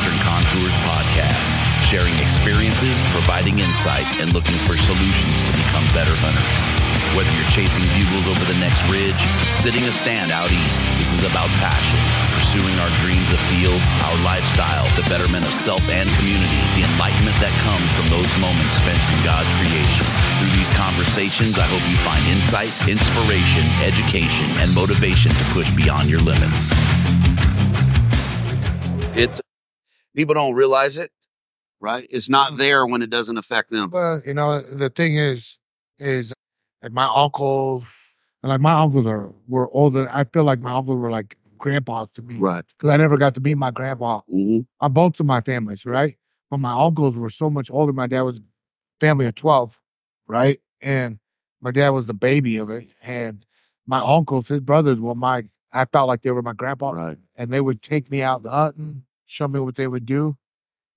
Entrepreneurs podcast, sharing experiences, providing insight, and looking for solutions to become better hunters. Whether you're chasing bugles over the next ridge, sitting a stand out east, this is about passion, pursuing our dreams afield, our lifestyle, the betterment of self and community, the enlightenment that comes from those moments spent in God's creation. Through these conversations, I hope you find insight, inspiration, education, and motivation to push beyond your limits. It's people don't realize it, Mm. right? It's not there when it doesn't affect them. Well, you know, the thing is, is like my uncles, and like my uncles are were older. I feel like my uncles were like grandpas to me Right. because I never got to meet my grandpa hmm on both of my families, right? But my uncles were so much older. My dad was family of twelve, right? And my dad was the baby of it. And my uncles, his brothers, were my. I felt like they were my grandpa, Right. and they would take me out hunting, show me what they would do,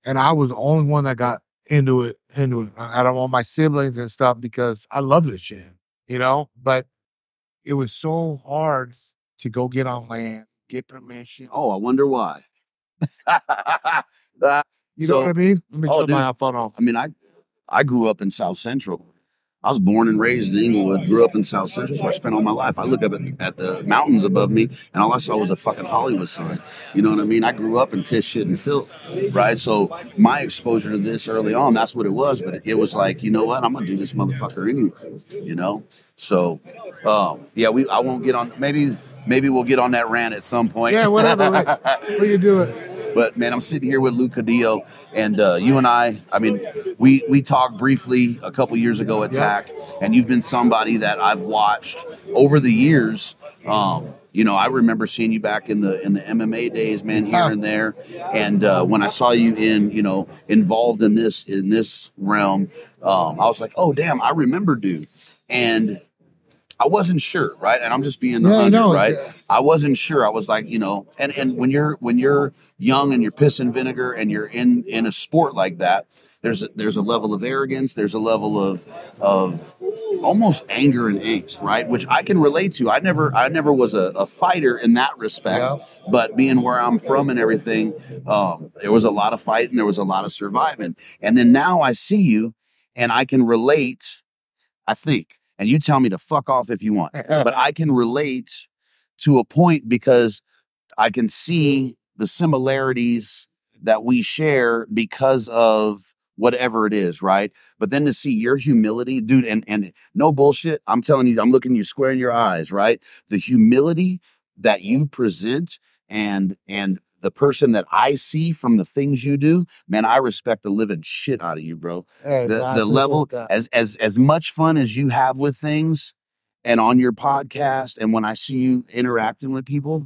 and I was the only one that got into it. Into it. uh, I I don't want my siblings and stuff because I love this shit, you know. But it was so hard to go get on land, get permission. Oh, I wonder why. That- You So- know what I mean? Let me Oh, shut my phone off. I mean, I I grew up in South Central. I was born and raised in Englewood, grew up in South Central, so I spent all my life. I looked up at, at the mountains above me, and all I saw was a fucking Hollywood sign. You know what I mean? I grew up in piss, shit, and filth, right? So my exposure to this early on, that's what it was. But it, it was like, you know what? I'm gonna do this motherfucker anyway. You know? So, um, yeah, we. I won't get on. Maybe, maybe we'll get on that rant at some point. Yeah, whatever. what you doing? But man, I'm sitting here with Lou Cadillo, and uh, you and I. I mean, we we talked briefly a couple years ago at Yeah. TAC, and you've been somebody that I've watched over the years. Um, you know, I remember seeing you back in the in the MMA days, man, here and there. And uh, when I saw you in, you know, involved in this in this realm, um, I was like, oh damn, I remember, dude. And I wasn't sure, right? And I'm just being No, the hunter, no, right? yeah. I wasn't sure. I was like, you know, and and when you're when you're young and you're pissing vinegar and you're in in a sport like that, there's a, there's a level of arrogance, there's a level of of almost anger and angst, right? Which I can relate to. I never I never was a, a fighter in that respect, Yeah. but being where I'm from and everything, um, there was a lot of fight and there was a lot of surviving. And then now I see you, and I can relate. I think, and you tell me to fuck off if you want but I can relate to a point because I can see the similarities that we share because of whatever it is, right? But then to see your humility, dude, and and no bullshit, I'm telling you, I'm looking you square in your eyes, right? The humility that you present and and the person that I see from the things you do, man, I respect the living shit out of you, bro Hey, the, I the appreciate level that. as as as much fun as you have with things and on your podcast and when i see you interacting with people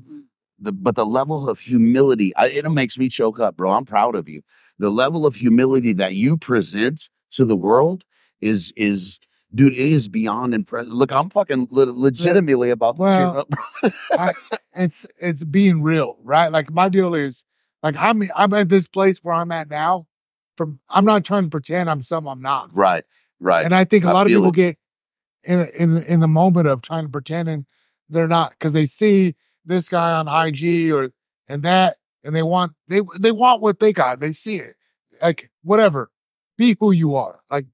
the but the level of humility I, it makes me choke up bro i'm proud of you the level of humility that you present to the world is is dude it is beyond impressive look i'm fucking le- legitimately about to tear Well, up. it's it's being real, right? Like my deal is like I'm I'm at this place where I'm at now. From I'm not trying to pretend I'm some I'm not. right right And I think a I lot of feel it. people get in in in the moment of trying to pretend and they're not because they see this guy on IG or and that and they want they they want what they got. They see it like whatever. Be who you are. Like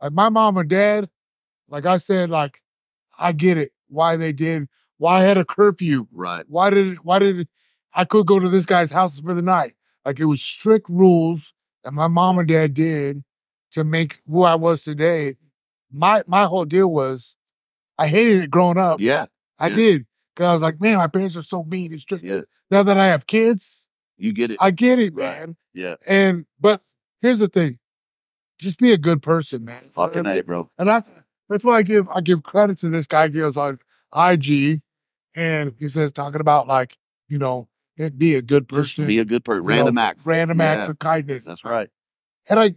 like my mom and dad. Like I said, like I get it why they did why I had a curfew right why did why did I could go to this guy's house for the night? Like it was strict rules that my mom and dad did to make who I was today. My my whole deal was I hated it growing up. yeah I yeah. did because I was like, man, my parents are so mean and strict. yeah Now that I have kids, you get it I get it, Right. man. yeah And but here's the thing, just be a good person, man. fucking a bro And I, that's why I give I give credit to this guy. He goes on IG, and he says talking about like you know it be a good just person, be a good person you know, random act random acts Yeah. of kindness. that's right And I,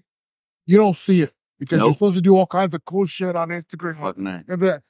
you don't see it because Nope. you're supposed to do all kinds of cool shit on Instagram. fucking a And that,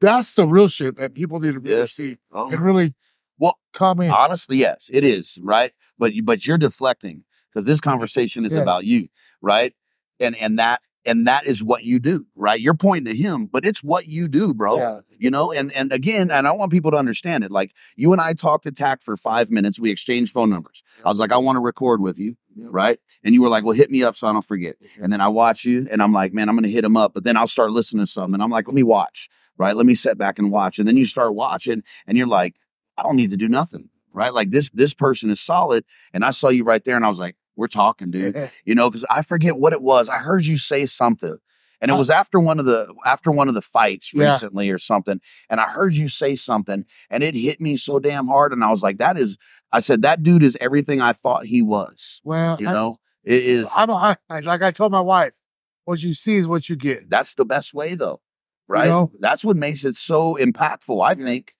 that's the real shit that people need to really Yeah. see oh and really Well, come in. Honestly, yes, it is right. But you, but you're deflecting because this conversation is Yeah. about you, right? And and that and that is what you do, right? You're pointing to him, but it's what you do, bro. Yeah. You know, and and again, and I want people to understand it. Like you and I talked to Tack for five minutes. We exchanged phone numbers. I was like, I want to record with you, Yeah. right? And you were like, Well, hit me up so I don't forget. And then I watch you, and I'm like, Man, I'm gonna hit him up. But then I'll start listening to something. And I'm like, Let me watch, right? Let me sit back and watch. And then you start watching, and you're like, I don't need to do nothing, right? Like this this person is solid. And I saw you right there, and I was like, We're talking, dude you know because i forget what it was i heard you say something and it Uh, was after one of the after one of the fights Yeah. recently or something and i heard you say something and it hit me so damn hard and i was like that is i said that dude is everything i thought he was well, you know it is I, I'm a, I, like I told my wife, what you see is what you get. that's the best way though right know? that's what makes it so impactful i think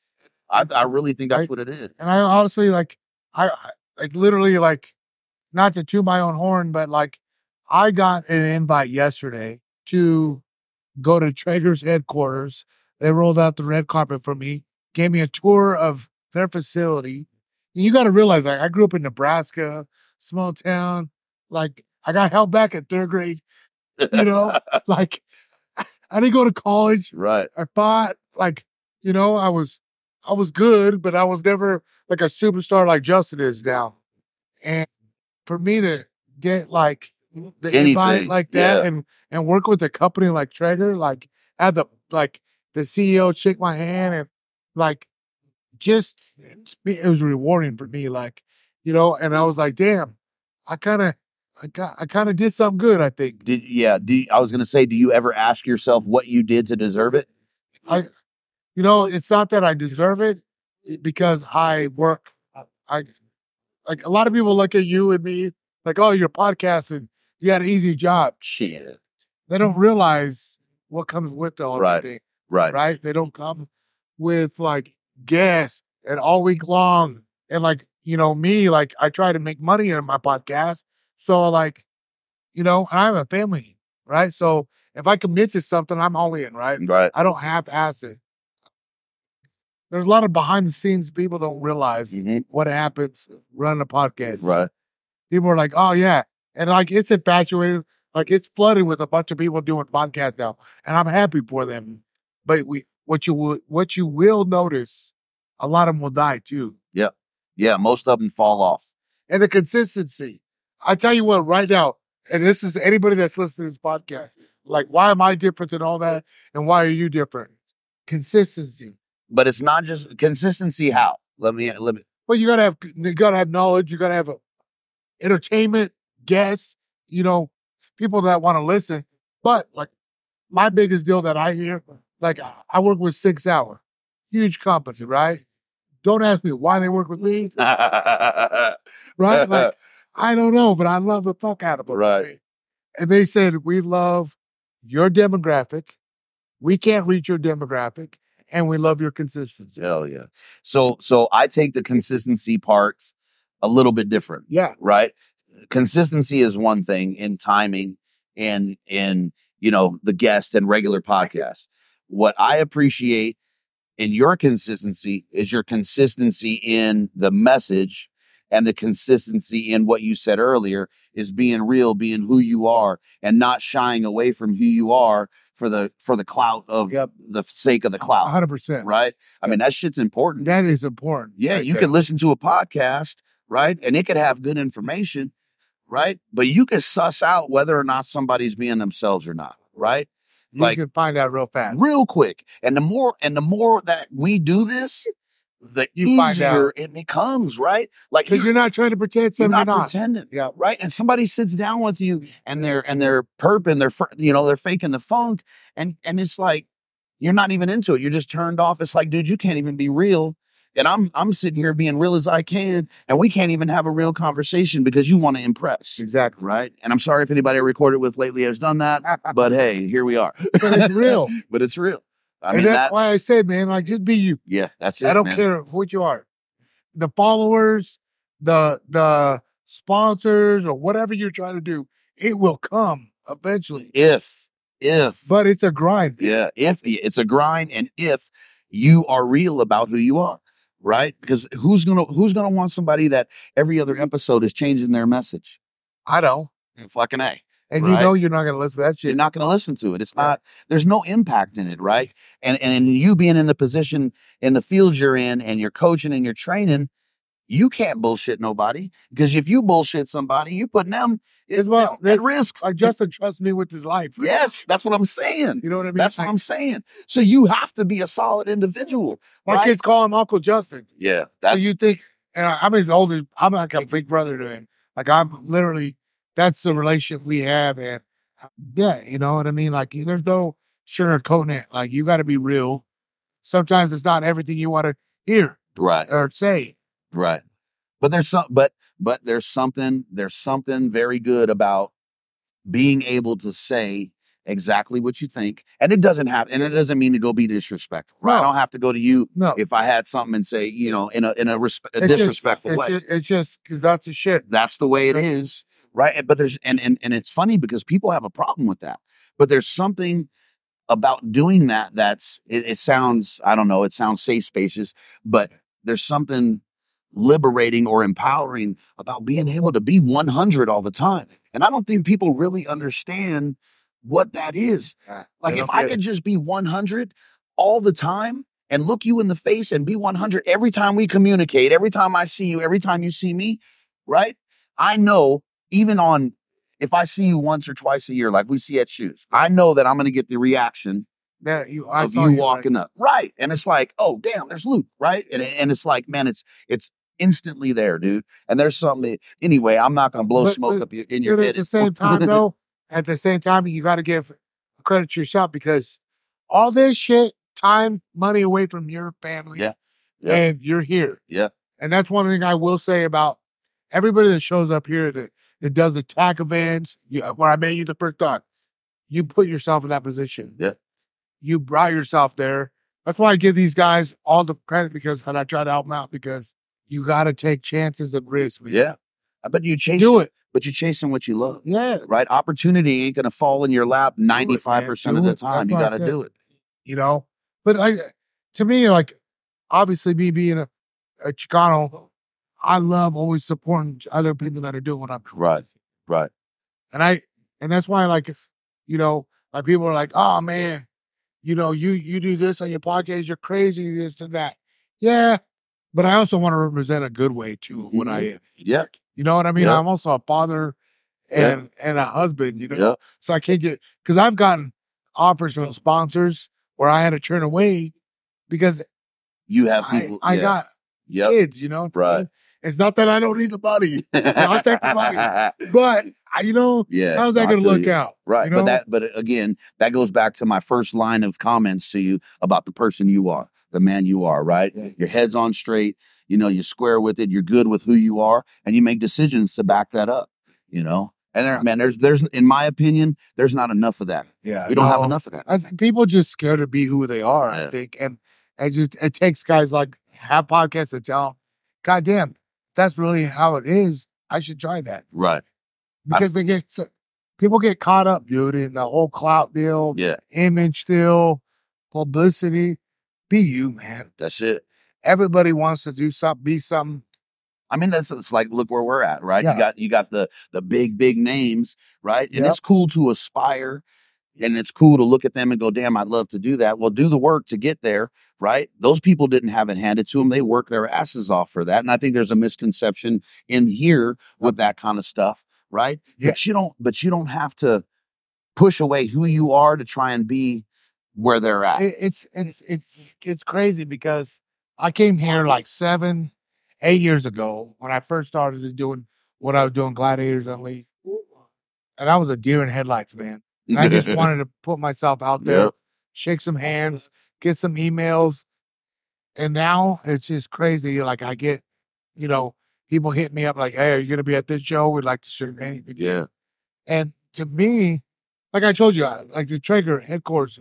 i, I really think that's Right. what it is And I honestly like I I- like literally like not to toot my own horn, but like I got an invite yesterday to go to Traeger's headquarters. They rolled out the red carpet for me, gave me a tour of their facility. And you got to realize, like, I grew up in Nebraska, small town. Like, I got held back at third grade. You know, like, I didn't go to college. right I fought like you know I was I was good, but I was never like a superstar like Justin is now. And for me to get like the invite Anything, like that yeah. and and work with a company like Traeger, like have the like the CEO shake my hand and like just it was rewarding for me, like you know. And I was like, damn, I kind of I got I kind of did something good. I think did yeah do you- i was gonna say do you ever ask yourself what you did to deserve it you know, it's not that I deserve it it- because I work. uh, I like a lot of people look at you and me like, oh, you're podcasting, you got an easy job. shit They don't realize what comes with the whole Right. thing, right right? They don't come with like guests and all week long and like you know me, like I try to make money on my podcast, so like you know, and I have a family, right? So if I commit to something, I'm all in, right? right I don't half ass it. There's a lot of behind the scenes people don't realize Mhm. what happens running a podcast. right People are like, oh yeah. And like it's infatuated, like it's flooded with a bunch of people doing podcasts now. And I'm happy for them. But we what you will what you will notice, a lot of them will die too. Yeah, most of them fall off. And the consistency. I tell you what, right now, and this is anybody that's listening to this podcast, like why am I different than all that? And why are you different? Consistency. But it's not just consistency. How? Let me let me. Well, you gotta have you gotta have knowledge. You gotta have a, entertainment, guests. You know, people that want to listen. But like my biggest deal that I hear, like I- I work with Six Hour, huge company, right? Don't ask me why they work with me, right? Like I don't know, but I love the fuck out of them, Right. And they said we love your demographic. We can't reach your demographic, and we love your consistency. Hell yeah. So so I take the consistency part a little bit different, Yeah, right? Consistency is one thing in timing and in you know the guest and regular podcasts. What I appreciate in your consistency is your consistency in the message and the consistency in what you said earlier is being real being who you are and not shying away from who you are for the for the clout of Yep. the sake of the clout hundred percent. right i mean that shit's important That is important. yeah right you there. could listen to a podcast right and it could have good information right but you can suss out whether or not somebody's being themselves or not right you like- can find out real fast. real quick. And the more and the more that we do this, the You find easier it becomes, right? Like Because you're not trying to pretend you're something you're not not. pretending, Yeah. right? And somebody sits down with you, and they're and they're perping, they're fr- you know they're faking the funk, and and it's like you're not even into it. You're just turned off. It's like, dude, you can't even be real. And I'm I'm sitting here being real as I can, and we can't even have a real conversation because you want to impress, Exactly. right? And I'm sorry if anybody I recorded with lately has done that, but hey, here we are. But it's real. but it's real. I and mean, that's that, why I said, man, like just be you. yeah, that's it. I don't man. care what you are. The followers, the the sponsors, or whatever you're trying to do, it will come eventually. If, if, But it's a grind. yeah, if it's a grind, and if you are real about who you are, right? Because who's gonna who's gonna want somebody that every other episode is changing their message? I don't. Fucking a, and you Right. know you're not going to listen to that you're shit. not going to listen to it. It's not. There's no impact in it, right? And and you being in the position in the field you're in, and you're coaching and you're training, you can't bullshit nobody because if you bullshit somebody, you're putting them It's is well- at risk. Like Justin trusts me with his life. Yes, that's what I'm saying. You know what I mean? That's what I'm saying. So you have to be a solid individual. My right? kids call him Uncle Justin. Yeah, So that you think, and I, I'm his older, I'm like a big brother to him. Like I'm literally, that's the relationship we have. And yeah, you know what I mean? Like there's no sugarcoating it. Like you got to be real. Sometimes it's not everything you want to hear right. or say. Right. But there's some but but there's something there's something very good about being able to say exactly what you think. And it doesn't have and it doesn't mean to go be disrespectful. Right. I No. don't have to go to you No, if I had something and say, you know, in a in a, respe- a It's just- disrespectful it's way. just, it's just because that's the shit. That's the way it is. Right. And- But there's and, and and it's funny because people have a problem with that. But there's something about doing that that's it, it sounds, I don't know, it sounds safe spaces, but there's something liberating or empowering about being able to be 100 all the time. And I don't think people really understand what that is. Like if I could just be 100 all the time and look you in the face and be 100 every time we communicate, every time I see you, every time you see me, right? I know even on if I see you once or twice a year, like we see at shoes, I know that I'm going to get the reaction There, you, I of saw you like- walking up, right? And it's like, oh damn, there's Luke, right? And and it's like, man, it's it's instantly there, dude. And there's something. Anyway, I'm not going to blow But- smoke but- up your, in your but head. at the same time, though, at the same time, you got to give credit to yourself because all this shit, time, money away from your family, Yeah. Yeah. and you're here. Yeah. and that's one thing I will say about everybody that shows up here that that does the tack events. You, where I met you the first time, you put yourself in that position. Yeah. you brought yourself there. That's why I give these guys all the credit because and I try to help them out because you got to take chances and risks. man. yeah, but you chase, do it. but you're chasing what you love. Yeah, right? Opportunity ain't going to fall in your lap man. 95% of Do the it. time. That's You what I got to said. do it. you know. But I, to me, like obviously me being a, a Chicano, I love always supporting other people that are doing what I'm doing. Right. Right. And I, and that's why, like, if- you know, like people are like, oh man, you know, you you do this on your podcast, you're crazy, this and that. Yeah, but I also want to represent a good way too. of What Mm-hmm. I am, Yep. you know what I mean? Yeah. I'm also a father Yeah. and and a husband. You know, Yep. so I can't get because I've gotten offers from sponsors where I had to turn away because You have I, people. I yeah. got Yep. kids, you know. what I Right. mean? It's not that I don't need the money, I'll take the but I, you know, yeah. how's that I going to feel look you. out? Right. you But know? that, but again, that goes back to my first line of comments to you about the person you are, the man you are, right? Yeah. Your head's on straight. You know, you're square with it. You're good with who you are, and you make decisions to back that up, you know? And there, man, there's, there's, in my opinion, there's not enough of that. Yeah, We don't have no. enough of that. I think people just scared to be who they are. Yeah. I think, and it just it takes guys like have podcasts to tell, 'em, God damn, that's really how it is. I should try that Right. because they get so, people get caught up, dude, in the whole clout deal, Yeah. image deal, publicity. Be you, man. That's it. Everybody wants to do something, be something. I mean, that's it's like look where we're at, right? You Yeah. got you got the the big big names, right? And Yep. it's cool to aspire, and it's cool to look at them and go, "Damn, I'd love to do that." Well, do the work to get there, right? Those people didn't have it handed to them; they worked their asses off for that. And I think there's a misconception in here with that kind of stuff, right? Yeah. But you don't, but you don't have to push away who you are to try and be where they're at. it, it's it's it's it's crazy because I came here like seven, eight years ago when I first started just doing what I was doing, Gladiators Unleashed, and I was a deer in headlights, man. And I just wanted to put myself out there, Yep. shake some hands, get some emails, and now it's just crazy. Like I get, you know, people hit me up like, "Hey, are you gonna be at this show? We'd like to shake your hand." yeah, And to me, like I told you, I- like the Traeger headquarters,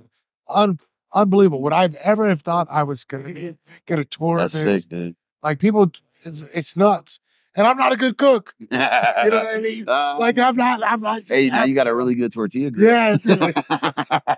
un- unbelievable. Would I've ever have thought I was gonna be, get a tour? of that's this? sick, dude. Like people, it's, it's nuts. And I'm not a good cook. you know You know what I mean? Uh, Like I'm not. I'm not. Hey, now you got a really good tortilla grill. yeah, it's-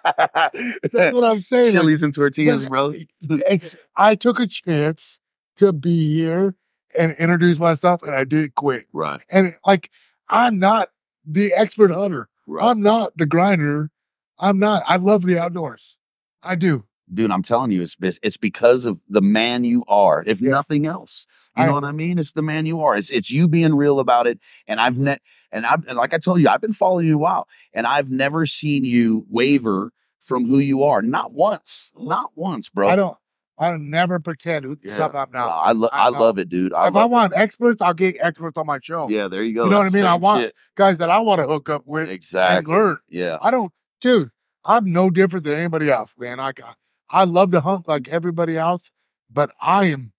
that's what I'm saying. Like, Chilies and tortillas, bro. it's, I took a chance to be here and introduce myself, and I did quick. Right, And like, I'm not the expert hunter. Right. I'm not the grinder. I'm not. I love the outdoors. I do. Dude, I'm telling you, it's bes- it's because of the man you are, if nothing else. You I- know what I mean? It's the man you are. It's it's you being real about it. And I've ne- and I've and like I told you, I've been following you a while, and I've never seen you waver from who you are. Not once. Not once, bro. I don't. I don't never pretend who Yeah. something I'm No, not. I, lo- I, I know. love it, dude. I if I love want experts, I'll get experts on my show. it. Yeah, there you go. You know what I That's mean? the I same want- shit. Guys that I want to hook up with and exactly. learn. Yeah. I don't, dude. I'm no different than anybody else, man. I I love to hunt like everybody else, but I am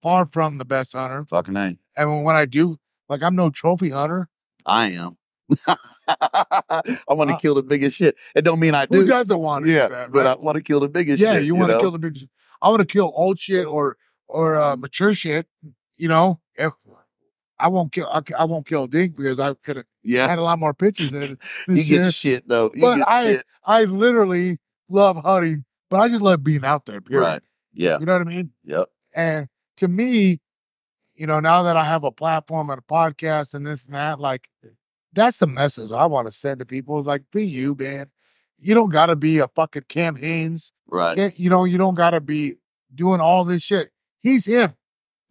far from the best hunter. Fucking A. And when I do, like I'm no trophy hunter. I am. I want to Uh, kill the biggest shit. It don't mean I do. Who doesn't want to? do yeah, that, but I right? want to kill the biggest yeah, shit. you want to know? kill the big. I want to kill old shit or or uh, mature shit. You know, if I won't kill, I, I won't kill a Dink because I could have Yeah. had a lot more pitches in it. You this year. get shit though. You But get I- shit. I literally love hunting, but I just love being out there. Period. Right. Yeah. You know what I mean? Yep. And to me, you know, now that I have a platform and a podcast and this and that, like that's the message I want to send to people is like, be you, man. You don't gotta be a fucking Cam Haynes. Right. Yeah, You know, you don't gotta be doing all this shit. He's him.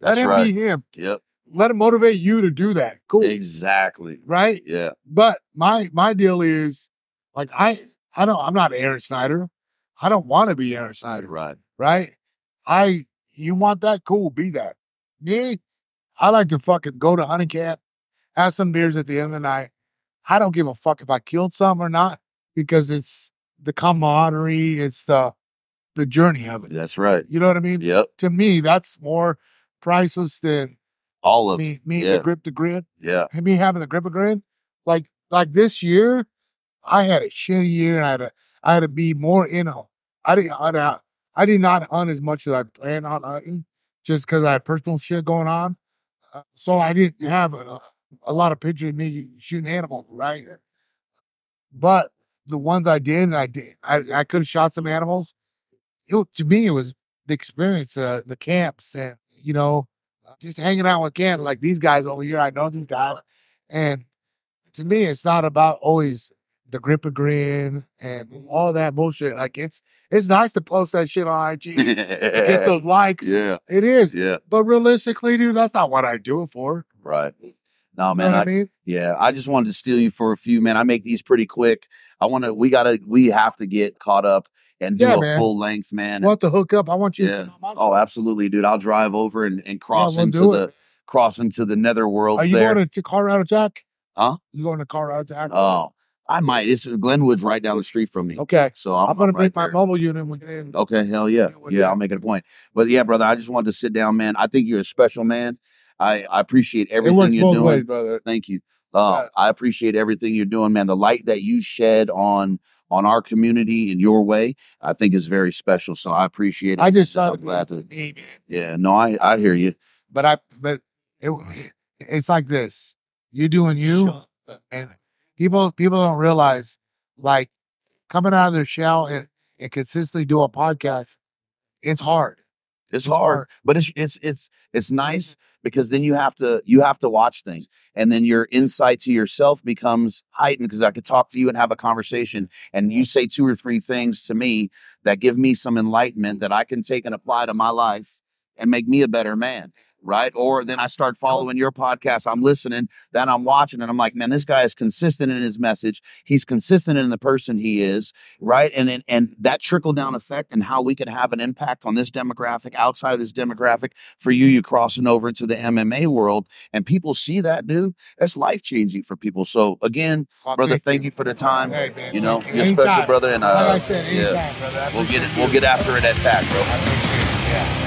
Let That's him right. be him. Yep. Let him motivate you to do that. Cool. Exactly. Right? Yeah. But my my deal is like I I don't I'm not Aaron Snyder. I don't want to be Aaron Snyder Right. right? I you want that? Cool, be that. Me, I like to fucking go to hunting camp, have some beers at the end of the night. I don't give a fuck if I killed some or not because it's the camaraderie, it's the the journey of it. That's right. You know what I mean? Yep. To me, that's more priceless than All of it. me me yeah. the grip the grin Yeah. and me having the grip of grin. Like like this year, I had a shitty year and I had to I had to be more in on. I didn't I, did- I did not hunt as much as I planned on hunting just because I had personal shit going on. Uh, so I didn't have a, a lot of pictures of me shooting animals, right? But the ones I did, I did. I, I could have shot some animals. It, was- to me, it was the experience, uh, the camps, and you know, just hanging out with camp like these guys over here. I know these guys, and to me, it's not about always the grip of grin and all that bullshit. Like it's it's nice to post that shit on IG, get yeah. those likes. Yeah. It is, Yeah. but realistically, dude, that's not what I do it for. Right. No, You know Oh, man. what I, I mean? Yeah, I just wanted to steal you for a few, man. I make these pretty quick. I want to. We gotta. We have to get caught up and do Yeah, a man. full length, man. want to hook up? I want you. to Yeah. come on my Oh, show. absolutely, dude. I'll drive over and, and cross we'll into do the it. cross into the netherworld Are you there. going to Colorado Jack? Huh? You going to Colorado Jack? oh, I might. It's Glenwood's right down the street from me. okay. So I'm, Oh, I'm, going to right make my there. Oh, mobile unit. when we get in. Okay, hell yeah. You know what, Yeah, yeah. I'll make it a point. But yeah, brother, I just wanted to sit down, man. I think you're a special man. I, I appreciate it everything works you're both doing. ways, brother. Thank you. Uh, I appreciate everything you're doing, man. The light that you shed on on our community in your way, I think is very special. So I appreciate it. I just I'm shot it. glad to- me, man. yeah, no, I I hear you. But I, but it, it's like this. You doing you, and people people don't realize like coming out of their shell and, and consistently do a podcast. It's hard. It's, It's hard, hard. but it's it's it's it's nice because then you have to you have to watch things, and then your insight to yourself becomes heightened because I could talk to you and have a conversation, and you say two or three things to me that give me some enlightenment that I can take and apply to my life and make me a better man, right? Or then I start following your podcast. I'm listening, then I'm watching, and I'm like, man, this guy is consistent in his message. He's consistent in the person he is right? And and, and that trickle down effect and how we can have an impact on this demographic outside of this demographic for you, you crossing over into the MMA world, and people see that, dude. That's life changing for people. So again, brother, thank you for the time. Hey, man, You know, thank you're a special Anytime. brother, and Like I uh, said, yeah, anytime, brother. I we'll get appreciate it. you. We'll get after it at tack, bro. I appreciate it. Yeah.